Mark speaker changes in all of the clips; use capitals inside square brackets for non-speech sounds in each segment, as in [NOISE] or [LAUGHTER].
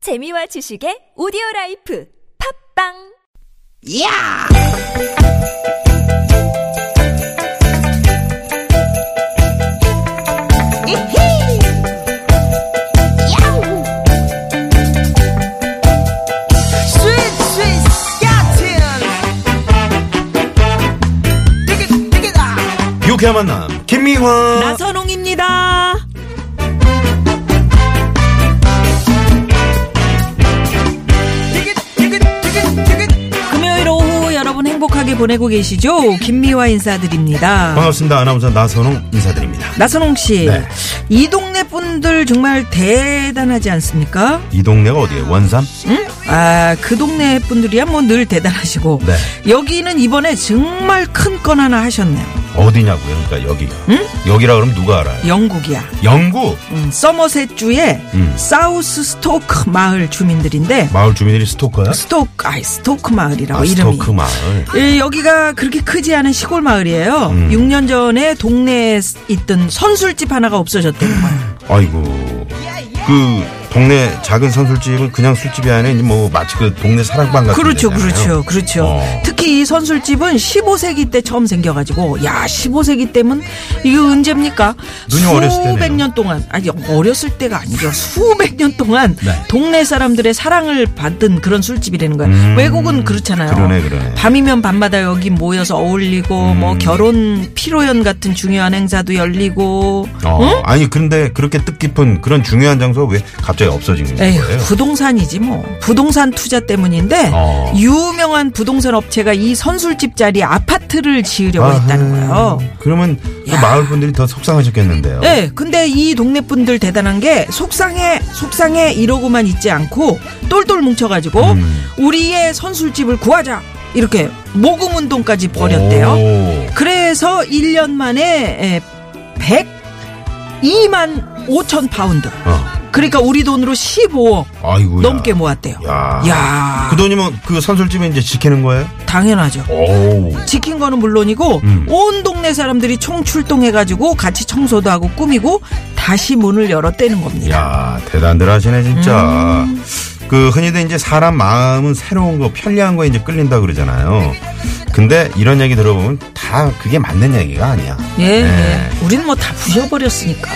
Speaker 1: 재미와 지식의 오디오 라이프 팝빵
Speaker 2: 야! 이히! 야우! 스윗, 스윗, 스캇틴! 띠깃, 띠깃아!
Speaker 3: 유쾌한 만남 김미화
Speaker 4: 아, 나선홍입니다.
Speaker 2: 띠깃, 띠깃, 띠깃, 띠깃!
Speaker 4: 금요일 오후 여러분 행복하게 보내고 계시죠? 김미화 인사드립니다.
Speaker 3: 반갑습니다 아나운서 나선홍 인사드립니다
Speaker 4: 나선홍 씨,
Speaker 3: 네.
Speaker 4: 이 동네 분들 정말 대단하지 않습니까?
Speaker 3: 이 동네가 어디에 원산
Speaker 4: 응? 아, 그 동네 분들이야 뭐 늘 대단하시고.
Speaker 3: 네.
Speaker 4: 여기는 이번에 정말 큰 건 하나 하셨네요.
Speaker 3: 어디냐고요 그러니까 여기
Speaker 4: 응?
Speaker 3: 여기라 그러면 누가 알아요
Speaker 4: 영국이야.
Speaker 3: 영국
Speaker 4: 음, 서머셋주의
Speaker 3: 음.
Speaker 4: 사우스 스토크 마을 주민들인데
Speaker 3: 마을 주민들이 스토커야
Speaker 4: 스토크, 아이 스토크 마을이라고
Speaker 3: 아,
Speaker 4: 이름이.
Speaker 3: 스토크 마을
Speaker 4: 예, 여기가 그렇게 크지 않은 시골 마을이에요.
Speaker 3: 음.
Speaker 4: 6년 전에 동네에 있던 선술집 하나가 없어졌다는 거예요.
Speaker 3: 아이고 그 동네 작은 선술집은 그냥 술집이 아니라 뭐 마치 그 동네 사랑방 같은
Speaker 4: 그렇죠,
Speaker 3: 데잖아요.
Speaker 4: 그렇죠, 그렇죠.
Speaker 3: 어.
Speaker 4: 특히 이 선술집은 15세기 때 처음 생겨가지고, 야, 15세기 때면 이게 언제입니까?
Speaker 3: 눈이 어렸을 때네요.
Speaker 4: 수백 년 동안, 아니, 어렸을 때가 아니죠. 수백 년 동안
Speaker 3: 네.
Speaker 4: 동네 사람들의 사랑을 받은 그런 술집이라는 거예요.
Speaker 3: 음.
Speaker 4: 외국은 그렇잖아요.
Speaker 3: 그러네, 그러네. 음.
Speaker 4: 밤이면 밤마다 여기 모여서 어울리고, 뭐 결혼 피로연 같은 중요한 행사도 열리고,
Speaker 3: 어, 아니 근데 그렇게 뜻깊은 그런 중요한 장소가 왜 갑자기 없어진
Speaker 4: 에휴,
Speaker 3: 거예요
Speaker 4: 부동산이지 뭐. 부동산 투자 때문인데
Speaker 3: 어.
Speaker 4: 유명한 부동산 업체가 이 선술집 자리 아파트를 지으려고 했다는
Speaker 3: 아하.
Speaker 4: 거예요.
Speaker 3: 그러면 그
Speaker 4: 야.
Speaker 3: 마을 분들이 더 속상하셨겠는데요
Speaker 4: 예, 근데 이 동네 분들 대단한 게 속상해, 속상해 이러고만 있지 않고 똘똘 뭉쳐가지고
Speaker 3: 음.
Speaker 4: 우리의 선술집을 구하자 이렇게 모금 운동까지 벌였대요.
Speaker 3: 오.
Speaker 4: 그래서 1년 만에 예, 에, 102만 5천 파운드.
Speaker 3: 어.
Speaker 4: 그러니까 우리 돈으로 15억
Speaker 3: 아이고
Speaker 4: 넘게 모았대요.
Speaker 3: 야.
Speaker 4: 야.
Speaker 3: 그 돈이면 그 선술집에 이제 지키는 거예요?
Speaker 4: 당연하죠.
Speaker 3: 오.
Speaker 4: 지킨 거는 물론이고
Speaker 3: 음.
Speaker 4: 온 동네 사람들이 총 출동해가지고 같이 청소도 하고 꾸미고 다시 문을 열었다는 겁니다.
Speaker 3: 야, 대단들 하시네 진짜.
Speaker 4: 음.
Speaker 3: 그 흔히들 이제 사람 마음은 새로운 거, 편리한 거에 이제 끌린다 그러잖아요. 근데 이런 얘기 들어보면 다 그게 맞는 얘기가 아니야.
Speaker 4: 예,
Speaker 3: 네.
Speaker 4: 예. 우린 뭐 다 부셔버렸으니까.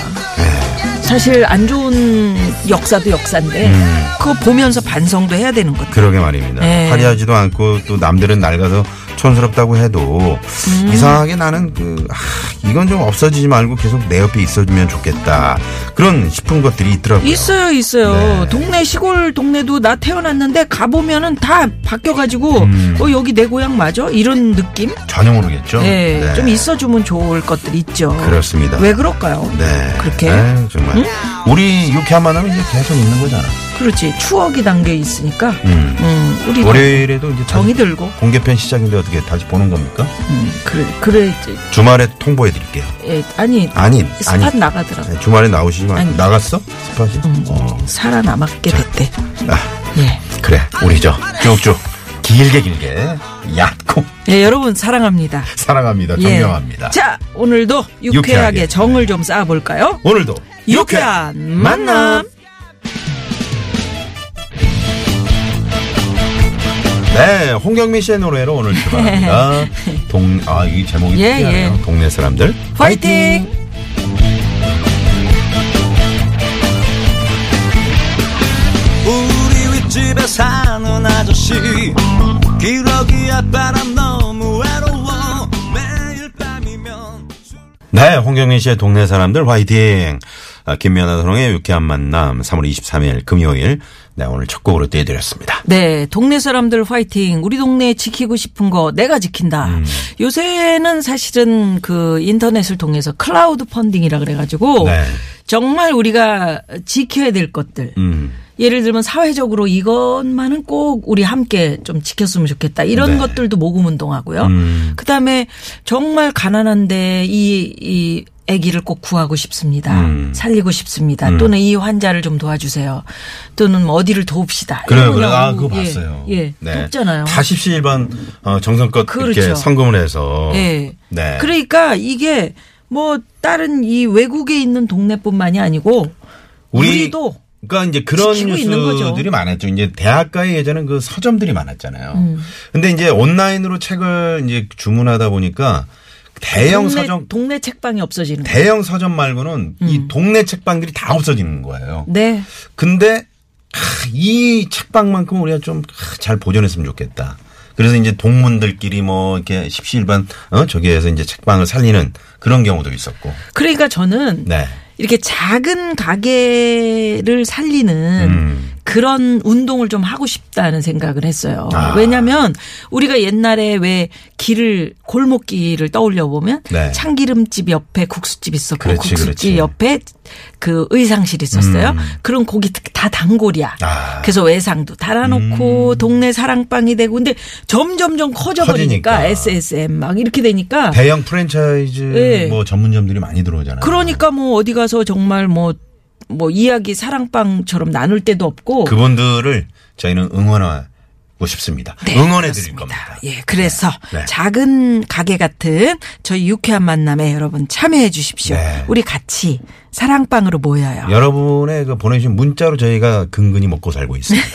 Speaker 4: 사실 안 좋은 역사도 역사인데 그거 보면서 반성도 해야 되는 것 같아요.
Speaker 3: 음. 그러게 말입니다.
Speaker 4: 네.
Speaker 3: 화려하지도 않고 또 남들은 낡아서 촌스럽다고 해도
Speaker 4: 음.
Speaker 3: 이상하게 나는 그 아, 이건 좀 없어지지 말고 계속 내 옆에 있어주면 좋겠다. 그런 싶은 것들이 있더라고요.
Speaker 4: 있어요, 있어요.
Speaker 3: 네.
Speaker 4: 동네 시골 동네도 나 태어났는데 가 보면은 다 바뀌어가지고
Speaker 3: 음.
Speaker 4: 어 여기 내 고향 맞아? 이런 느낌?
Speaker 3: 전혀 모르겠죠.
Speaker 4: 예,
Speaker 3: 네.
Speaker 4: 좀 있어주면 좋을 것들 있죠.
Speaker 3: 그렇습니다.
Speaker 4: 왜 그럴까요?
Speaker 3: 네.
Speaker 4: 그렇게? 음?
Speaker 3: 에이, 정말. 우리 유쾌한 만남이 이제 계속 있는 거잖아.
Speaker 4: 그렇지. 추억이 담겨 있으니까.
Speaker 3: 음.
Speaker 4: 음, 우리
Speaker 3: 월요일에도 이제
Speaker 4: 정이
Speaker 3: 정이
Speaker 4: 들고.
Speaker 3: 공개편 시작인데 어떻게 다시 보는 겁니까?
Speaker 4: 음, 그래, 그래.
Speaker 3: 주말에 통보해 드릴게요.
Speaker 4: 예, 아니,
Speaker 3: 아니, 아니.
Speaker 4: 스팟 나가더라.
Speaker 3: 네, 주말에 나오시지 마.
Speaker 4: 아니. 음.
Speaker 3: 나갔어? 스팟이? 어.
Speaker 4: 살아남았게 됐대.
Speaker 3: 아,
Speaker 4: 예.
Speaker 3: 그래. 우리 저 쭉쭉 길게 길게 얕고
Speaker 4: 예, 여러분 사랑합니다.
Speaker 3: 사랑합니다.
Speaker 4: 예.
Speaker 3: 존경합니다.
Speaker 4: 자, 오늘도 유쾌하게,
Speaker 3: 유쾌하게.
Speaker 4: 정을 좀 쌓아볼까요?
Speaker 3: 오늘도
Speaker 4: 유쾌한 만남.
Speaker 3: 네, 홍경민 씨의 노래로 오늘
Speaker 4: [LAUGHS]
Speaker 3: 출발합니다. 동, 아, 이 제목이
Speaker 4: 예,
Speaker 3: 특이하네요.
Speaker 4: 예.
Speaker 3: 동네 사람들.
Speaker 4: 화이팅!
Speaker 5: 우리 윗집에 사는 아저씨 기러기 앞바람 너무 외로워 매일 밤이면
Speaker 3: 네, 홍경민 씨의 동네 사람들 화이팅. 아, 김미아나 선홍의 유쾌한 만남 3월 23일 금요일. 네, 오늘 첫 곡으로 띄워드렸습니다.
Speaker 4: 네, 동네 사람들 화이팅. 우리 동네 지키고 싶은 거 내가 지킨다.
Speaker 3: 음.
Speaker 4: 요새는 사실은 그 인터넷을 통해서 클라우드 펀딩이라 그래가지고
Speaker 3: 네.
Speaker 4: 정말 우리가 지켜야 될 것들.
Speaker 3: 음.
Speaker 4: 예를 들면 사회적으로 이것만은 꼭 우리 함께 좀 지켰으면 좋겠다. 이런
Speaker 3: 네.
Speaker 4: 것들도 모금 운동하고요.
Speaker 3: 음.
Speaker 4: 그다음에 정말 가난한데 이, 이 아기를 꼭 구하고 싶습니다.
Speaker 3: 음.
Speaker 4: 살리고 싶습니다. 또는 이 환자를 좀 도와주세요. 또는 뭐 어디를 도웁시다.
Speaker 3: 그래요,
Speaker 4: 이런
Speaker 3: 그래요. 아,
Speaker 4: 운동.
Speaker 3: 그거
Speaker 4: 예,
Speaker 3: 봤어요. 네.
Speaker 4: 예. 돕잖아요.
Speaker 3: 다 십시일반 어, 정성껏 이렇게
Speaker 4: 그렇죠.
Speaker 3: 성금을 해서.
Speaker 4: 예.
Speaker 3: 네.
Speaker 4: 그러니까 이게 뭐 다른 이 외국에 있는 동네뿐만이 아니고
Speaker 3: 우리-
Speaker 4: 우리, 도
Speaker 3: 그러니까 이제 그런
Speaker 4: 지키고 있는 거죠.
Speaker 3: 뉴스들이 많았죠. 이제 대학가에 예전엔 그 서점들이 많았잖아요.
Speaker 4: 음.
Speaker 3: 근데 이제 온라인으로 책을 이제 주문하다 보니까 대형
Speaker 4: 동네,
Speaker 3: 서점
Speaker 4: 동네 책방이 없어지는 거예요.
Speaker 3: 대형 서점 말고는 이
Speaker 4: 음.
Speaker 3: 동네 책방들이 다 없어지는 거예요.
Speaker 4: 네.
Speaker 3: 근데 하, 이 책방만큼 우리가 좀 잘 보존했으면 좋겠다. 그래서 이제 동문들끼리 뭐 이렇게 십시일반 어 저기에서 이제 책방을 살리는 그런 경우도 있었고.
Speaker 4: 그러니까 저는
Speaker 3: 네.
Speaker 4: 이렇게 작은 가게를 살리는
Speaker 3: 음.
Speaker 4: 그런 운동을 좀 하고 싶다는 생각을 했어요.
Speaker 3: 아.
Speaker 4: 왜냐하면 우리가 옛날에 왜 길을 골목길을 떠올려 보면
Speaker 3: 네.
Speaker 4: 참기름집 옆에 국수집 있었고
Speaker 3: 그렇지,
Speaker 4: 국수집
Speaker 3: 그렇지.
Speaker 4: 옆에 그 의상실 있었어요.
Speaker 3: 음.
Speaker 4: 그런 고기 다 단골이야.
Speaker 3: 아. 음.
Speaker 4: 그래서 외상도 달아놓고 동네 사랑방이 되고 근데 점점점 커져버리니까
Speaker 3: 커지니까.
Speaker 4: SSM 막 이렇게 되니까
Speaker 3: 대형 프랜차이즈
Speaker 4: 네.
Speaker 3: 뭐 전문점들이 많이 들어오잖아요.
Speaker 4: 그러니까 뭐 어디 가서 정말 뭐, 뭐 이야기 사랑방처럼 나눌 데도 없고.
Speaker 3: 그분들을 저희는 응원하고 싶습니다.
Speaker 4: 네,
Speaker 3: 응원해 드릴
Speaker 4: 그렇습니다.
Speaker 3: 겁니다.
Speaker 4: 예, 그래서
Speaker 3: 네.
Speaker 4: 작은 가게 같은 저희 유쾌한 만남에 여러분 참여해 주십시오.
Speaker 3: 네.
Speaker 4: 우리 같이 사랑방으로 모여요.
Speaker 3: 여러분의 그 보내주신 문자로 저희가 근근히 먹고 살고
Speaker 4: [LAUGHS]
Speaker 3: 있습니다.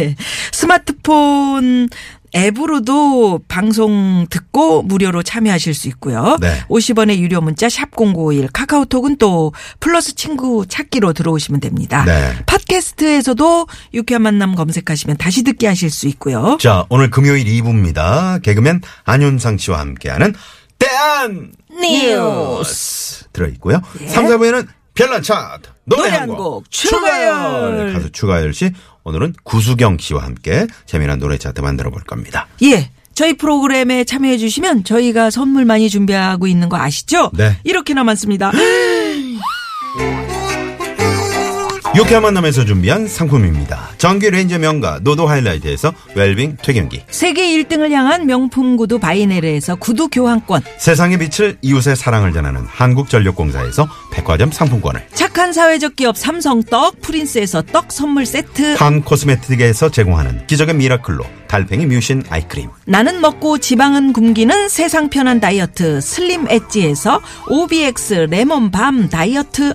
Speaker 4: 예. 스마트폰 앱으로도 방송 듣고 무료로 참여하실 수 있고요.
Speaker 3: 네.
Speaker 4: 50원의 유료 문자 샵 0951 카카오톡은 또 플러스 친구 찾기로 들어오시면 됩니다.
Speaker 3: 네.
Speaker 4: 팟캐스트에서도 유쾌한 만남 검색하시면 다시 듣게 하실 수 있고요.
Speaker 3: 자, 오늘 금요일 2부입니다. 개그맨 안윤상 씨와 함께하는 대한 뉴스 들어있고요. 3, 4부에는 별난 차트 노래
Speaker 4: 노래
Speaker 3: 한
Speaker 4: 한
Speaker 3: 곡 어,
Speaker 4: 곡, 추가열.
Speaker 3: 가수 추가열 씨 오늘은 구수경 씨와 함께 재미난 노래 차트 만들어 볼 겁니다.
Speaker 4: 예. 저희 프로그램에 참여해 주시면 저희가 선물 많이 준비하고 있는 거 아시죠?
Speaker 3: 네.
Speaker 4: 이렇게나 많습니다. [GASPS]
Speaker 3: 유쾌한 만남에서 준비한 상품입니다. 전기 레인저 명가 노도 하이라이트에서 웰빙 퇴경기
Speaker 4: 세계 1등을 향한 명품 구두 바이네르에서 구두 교환권.
Speaker 3: 세상의 빛을 이웃의 사랑을 전하는 한국전력공사에서 백화점 상품권을
Speaker 4: 착한 사회적 기업 삼성떡 프린스에서 떡 선물 세트
Speaker 3: 한 코스메틱에서 제공하는 기적의 미라클로 달팽이 뮤신 아이크림
Speaker 4: 나는 먹고 지방은 굶기는 세상 편한 다이어트 슬림 엣지에서 OBX 레몬밤 다이어트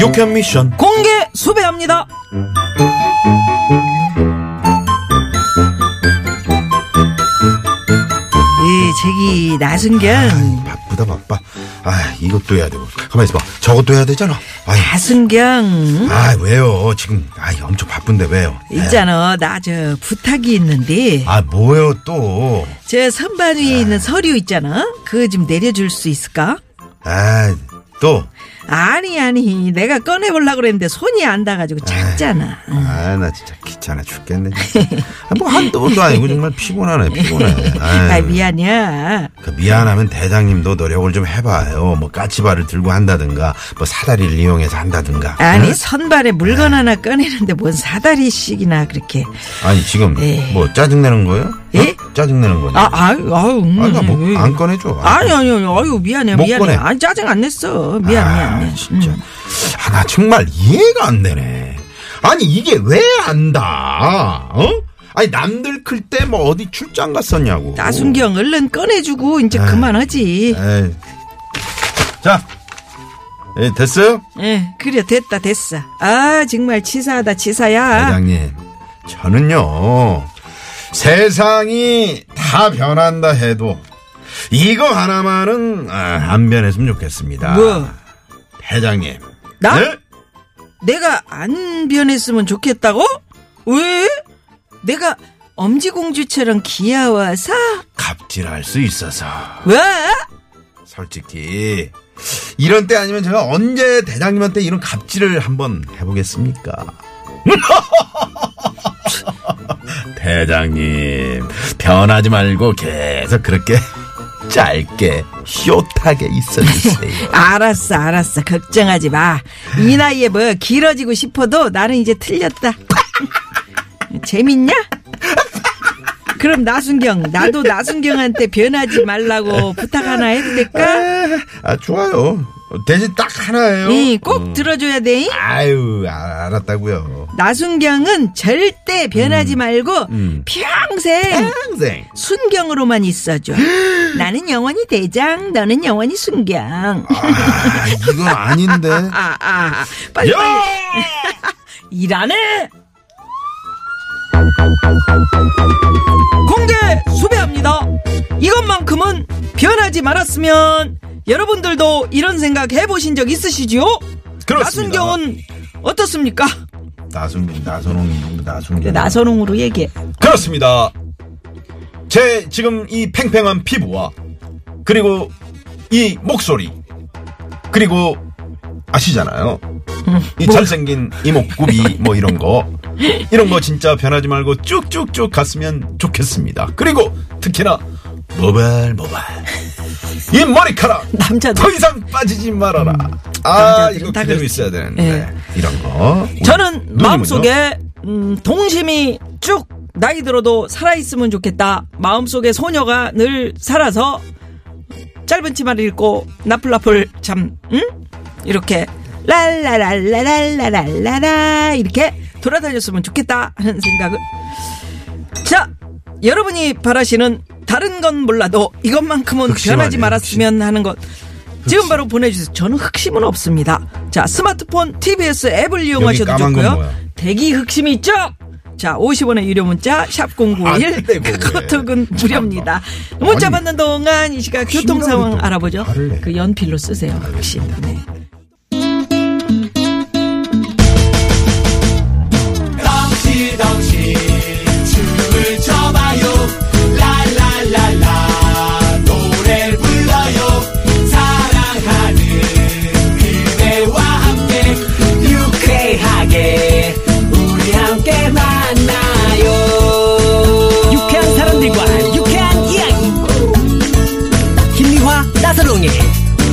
Speaker 3: 유캔 미션
Speaker 4: 공개 수배합니다. 예, 제기 나순경.
Speaker 3: 바쁘다 바빠 아 이것도 해야 되고 가만 있어봐 저것도 해야 되잖아 아이
Speaker 4: 나순경.
Speaker 3: 아 왜요 지금 아 엄청 바쁜데 왜요
Speaker 4: 있잖아, 나 저 부탁이 있는데,
Speaker 3: 아 뭐요 또
Speaker 4: 저 선반 위에 있는 서류 있잖아? 그거 좀 내려줄 수 있을까?
Speaker 3: 아, 또.
Speaker 4: 아니, 아니, 내가 꺼내보려고 그랬는데 손이 안 닿아가지고 작잖아.
Speaker 3: 아, 나 진짜 귀찮아 죽겠네. 진짜. 아, 뭐 한두 번도 아니고 정말 피곤하네, 피곤해.
Speaker 4: [LAUGHS] 아,
Speaker 3: 아유,
Speaker 4: 미안이야.
Speaker 3: 그 미안하면 대장님도 노력을 좀 해봐요. 뭐 까치발을 들고 한다든가, 뭐 사다리를 이용해서 한다든가.
Speaker 4: 아니,
Speaker 3: 응?
Speaker 4: 선반에 물건 하나 꺼내는데 뭔 사다리씩이나 그렇게.
Speaker 3: 아니 지금
Speaker 4: 에이.
Speaker 3: 뭐 짜증내는 거예요?
Speaker 4: 예?
Speaker 3: 응? 짜증내는 거냐?
Speaker 4: 아, 아유, 아유. 음.
Speaker 3: 아니, 나 뭐, 안 꺼내줘. 안
Speaker 4: 아니, 아니, 아니, 아유, 미안해,
Speaker 3: 못
Speaker 4: 미안해.
Speaker 3: 꺼내.
Speaker 4: 아니, 짜증 안 냈어. 미안,
Speaker 3: 아,
Speaker 4: 미안, 미안.
Speaker 3: 진짜.
Speaker 4: 음.
Speaker 3: 아, 나 정말 이해가 안 되네. 아니, 이게 왜 안다? 어? 아니, 남들 클 때 뭐 어디 출장 갔었냐고.
Speaker 4: 나순경, 얼른 꺼내주고, 이제
Speaker 3: 아유.
Speaker 4: 그만하지.
Speaker 3: 에이. 자. 예, 됐어요?
Speaker 4: 예, 그래, 됐다, 됐어. 아, 정말 치사하다, 치사야.
Speaker 3: 회장님. 저는요. 세상이 다 변한다 해도 이거 하나만은 아, 안 변했으면 좋겠습니다.
Speaker 4: 뭐?
Speaker 3: 회장님.
Speaker 4: 나?
Speaker 3: 네?
Speaker 4: 내가 안 변했으면 좋겠다고? 왜? 내가 엄지공주처럼 귀여워서?
Speaker 3: 갑질할 수 있어서.
Speaker 4: 왜?
Speaker 3: 솔직히 이런 때 아니면 제가 언제 [LAUGHS] 대장님한테 이런 갑질을 한번 해보겠습니까?
Speaker 6: 대장님, 변하지 말고 계속 그렇게 짧게, 숏하게 있어주세요.
Speaker 4: 알았어, 알았어. 걱정하지 마. 이 나이에 뭐 길어지고 싶어도 나는 이제 틀렸다. [LAUGHS] 재밌냐? 그럼 나순경, 나도 나순경한테 변하지 말라고 부탁 하나 해도 될까?
Speaker 3: 아, 좋아요. 대신 딱 하나예요.
Speaker 4: 이, 꼭 들어줘야 돼.
Speaker 3: 아유, 아, 알았다고요.
Speaker 4: 나순경은 절대 변하지 말고 평생
Speaker 3: 평생.
Speaker 4: 순경으로만 있어줘. 나는 영원히 대장, 너는 영원히 순경.
Speaker 3: 아, 이건 아닌데.
Speaker 4: 아, 아, 빨리 빨리. 일하네. 공개 수배합니다. 이것만큼은 변하지 말았으면 여러분들도 이런 생각 해보신 적 있으시지요?
Speaker 3: 그렇습니다.
Speaker 4: 나순경은 어떻습니까?
Speaker 3: 나순, 나선홍이, 나순경.
Speaker 4: 나선홍으로 얘기해.
Speaker 6: 그렇습니다. 제 지금 이 팽팽한 피부와 그리고 이 목소리 그리고 아시잖아요.
Speaker 4: 음,
Speaker 6: 이
Speaker 4: 뭐.
Speaker 6: 잘생긴
Speaker 4: [LAUGHS]
Speaker 6: 이목구비 뭐 이런 거 이런 거 진짜 변하지 말고 쭉쭉쭉 갔으면 좋겠습니다. 그리고 특히나 모발 모발 이 머리카락
Speaker 4: 남자들. 음,
Speaker 6: 더 이상 빠지지 말아라. 아
Speaker 4: 남자들은
Speaker 6: 이거
Speaker 4: 다
Speaker 6: 그대로
Speaker 4: 그렇지.
Speaker 6: 있어야 되는데
Speaker 4: 예.
Speaker 6: 이런 거
Speaker 3: 음.
Speaker 4: 저는
Speaker 6: 누님은요?
Speaker 4: 마음속에 음, 동심이 쭉 나이 들어도 살아있으면 좋겠다. 마음속에 소녀가 늘 살아서 짧은 치마를 입고 나풀나풀 참 응? 이렇게 랄라랄라랄라랄라라 이렇게 돌아다녔으면 좋겠다 하는 생각을 자 여러분이 바라시는 다른 건 몰라도 이것만큼은
Speaker 3: 흑심
Speaker 4: 변하지
Speaker 3: 아니에요,
Speaker 4: 말았으면 하는 것 지금 바로 보내주세요. 저는 흑심은 없습니다. 자 스마트폰 TBS 앱을 이용하셔도
Speaker 3: 까만 건
Speaker 4: 좋고요.
Speaker 3: 뭐야?
Speaker 4: 대기 흑심이 있죠? 자 50원의 유료 문자 샵
Speaker 3: 아,
Speaker 4: 0951
Speaker 3: 그래, 그거 왜.
Speaker 4: 카톡은 무료입니다. 문자
Speaker 3: 아니,
Speaker 4: 받는 동안 이 시각 교통
Speaker 3: 심각하게
Speaker 4: 상황
Speaker 3: 또
Speaker 4: 알아보죠.
Speaker 3: 화를 내.
Speaker 4: 그 연필로 쓰세요. 혹시. 네.
Speaker 7: 유쾌한 사람들과 유쾌한 이야기 김미화 나선롱의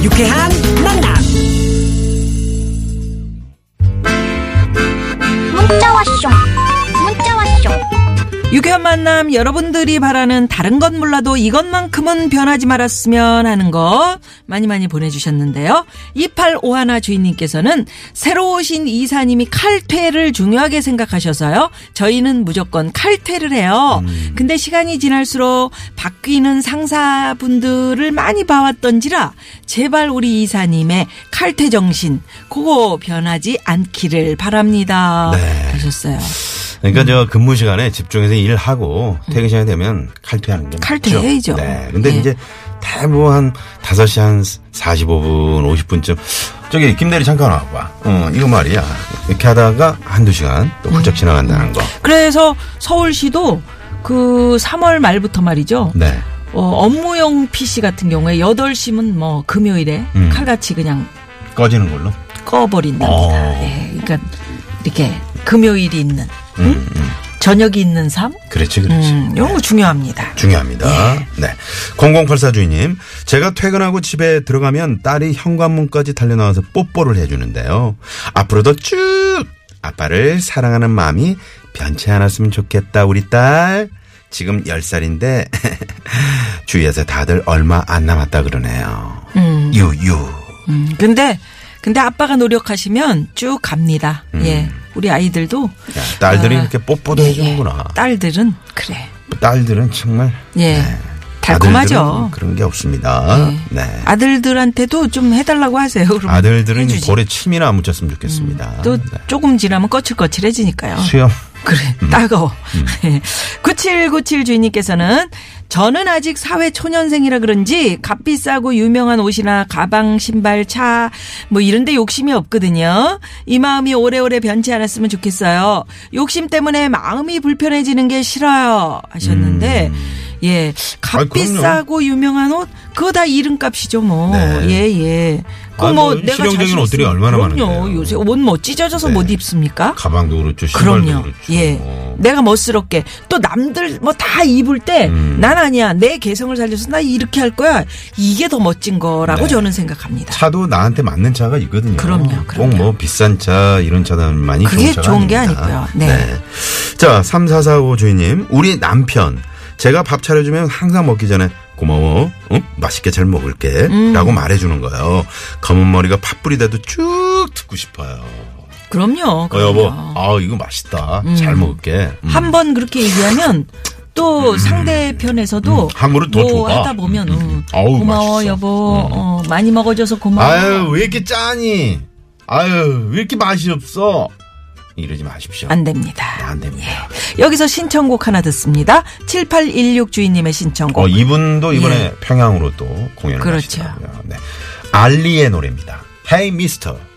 Speaker 7: 유쾌한 만남
Speaker 8: 문자 왔쇼 문자 왔쇼
Speaker 4: 유쾌한 만남 여러분들이 바라는 다른 건 몰라도 이것만큼은 변하지 말았으면 하는 것 많이 많이 보내주셨는데요. 2851 주인님께서는 새로 오신 이사님이 칼퇴를 중요하게 생각하셔서요. 저희는 무조건 칼퇴를 해요. 근데 시간이 지날수록 바뀌는 상사분들을 많이 봐왔던지라 제발 우리 이사님의 칼퇴 정신 그거 변하지 않기를 바랍니다. 하셨어요.
Speaker 3: 그러니까 저 근무 시간에 집중해서 일하고 퇴근 시간이 되면 칼퇴하는 게
Speaker 4: 칼퇴해야죠.
Speaker 3: 맞죠. 네. 근데
Speaker 4: 예.
Speaker 3: 이제 대부분 한 5시 한 45분, 50분쯤 저기 김대리 잠깐 와봐. 어, 이거 말이야. 이렇게 하다가 한두 시간
Speaker 4: 음.
Speaker 3: 또 훌쩍 지나간다는 거.
Speaker 4: 그래서 서울시도 그 3월 말부터 말이죠.
Speaker 3: 네.
Speaker 4: 어, 업무용 PC 같은 경우에 8시면 뭐 금요일에
Speaker 3: 음.
Speaker 4: 칼같이 그냥
Speaker 3: 꺼지는 걸로.
Speaker 4: 꺼버린답니다.
Speaker 3: 어.
Speaker 4: 예, 그러니까 이렇게 금요일이 있는 응?
Speaker 3: 음, 네. 음.
Speaker 4: 저녁이 있는 삶
Speaker 3: 그렇지, 그렇지.
Speaker 4: 음, 이런 거 중요합니다.
Speaker 3: 중요합니다.
Speaker 4: 예.
Speaker 3: 네. 0084 주인님, 제가 퇴근하고 집에 들어가면 딸이 현관문까지 달려나와서 뽀뽀를 해주는데요. 앞으로도 쭉 아빠를 사랑하는 마음이 변치 않았으면 좋겠다, 우리 딸. 지금 10살인데, [LAUGHS] 주위에서 다들 얼마 안 남았다 그러네요. 유유.
Speaker 4: 음, 근데 근데 아빠가 노력하시면 쭉 갑니다.
Speaker 3: 음.
Speaker 4: 예. 우리 아이들도
Speaker 3: 야, 딸들이
Speaker 4: 아,
Speaker 3: 이렇게 뽀뽀도
Speaker 4: 예,
Speaker 3: 해주는구나.
Speaker 4: 예. 딸들은 그래.
Speaker 3: 딸들은 정말.
Speaker 4: 예. 달콤하죠.
Speaker 3: 네.
Speaker 4: 예.
Speaker 3: 아들들은 뭐 그런 게 없습니다. 네.
Speaker 4: 아들들한테도 좀 해달라고 하세요. 그러면
Speaker 3: 아들들은 이
Speaker 4: 해주지. 음.
Speaker 3: 볼에 침이나 안 묻혔으면 좋겠습니다.
Speaker 4: 또
Speaker 3: 네.
Speaker 4: 조금 지나면 거칠거칠해지니까요.
Speaker 3: 수염.
Speaker 4: 그래,
Speaker 3: 음.
Speaker 4: 따가워. [LAUGHS] 9797 주인님께서는 저는 아직 사회 초년생이라 그런지 값비싸고 유명한 옷이나 가방, 신발, 차 뭐 이런데 욕심이 없거든요. 이 마음이 오래오래 변치 않았으면 좋겠어요. 욕심 때문에 마음이 불편해지는 게 싫어요. 하셨는데
Speaker 3: 음.
Speaker 4: 예, 값비싸고 유명한 옷 그거 다 이름값이죠 뭐.
Speaker 3: 네.
Speaker 4: 예, 예. 그뭐
Speaker 3: 아, 뭐 실용적인
Speaker 4: 자신
Speaker 3: 옷들이
Speaker 4: 있으면-
Speaker 3: 얼마나
Speaker 4: 그럼요.
Speaker 3: 많은데요.
Speaker 4: 요새 옷 뭐 찢어져서
Speaker 3: 네.
Speaker 4: 못 입습니까?
Speaker 3: 가방도 그렇죠. 신발도
Speaker 4: 그럼요.
Speaker 3: 그렇죠.
Speaker 4: 예.
Speaker 3: 어,
Speaker 4: 내가 멋스럽게 또 남들 뭐 다 입을 때 난
Speaker 3: 음.
Speaker 4: 아니야 내 개성을 살려서 나 이렇게 할 거야 이게 더 멋진 거라고
Speaker 3: 네.
Speaker 4: 저는 생각합니다.
Speaker 3: 차도 나한테 맞는 차가 있거든요.
Speaker 4: 그럼요, 그럼요.
Speaker 3: 꼭 뭐 비싼 차 이런 차단만이
Speaker 4: 그게
Speaker 3: 좋은 차가
Speaker 4: 좋은 게
Speaker 3: 아닙니다.
Speaker 4: 아니고요. 네.
Speaker 3: 자, 3445 주인님, 우리 남편 제가 밥 차려주면 항상 먹기 전에 고마워, 응? 맛있게 잘 먹을게
Speaker 4: 음.
Speaker 3: 라고 말해주는 거예요. 검은 머리가 팥불이 돼도 쭉 듣고 싶어요.
Speaker 4: 그럼요.
Speaker 3: 어
Speaker 4: 그럼요.
Speaker 3: 여보, 아 이거 맛있다. 잘 먹을게. 음.
Speaker 4: 한 번 그렇게 얘기하면 또 상대편에서도
Speaker 3: 음. 한 그릇 더
Speaker 4: 뭐
Speaker 3: 줘봐.
Speaker 4: 하다 보면 음,
Speaker 3: 아우,
Speaker 4: 고마워
Speaker 3: 맛있어. 음.
Speaker 4: 여보 어, 많이 먹어줘서 고마워.
Speaker 3: 아유 왜 이렇게 짜니? 아유 왜 이렇게 맛이 없어? 이러지 마십시오.
Speaker 4: 안 예. 됩니다.
Speaker 3: 안 됩니다.
Speaker 4: 여기서 신청곡 하나 듣습니다. 7816 주인님의 신청곡.
Speaker 3: 어, 이분도 이번에 평양으로 또 공연을
Speaker 4: 예. 그렇죠.
Speaker 3: 하시더라고요. 네. 알리의 노래입니다. Hey Mister.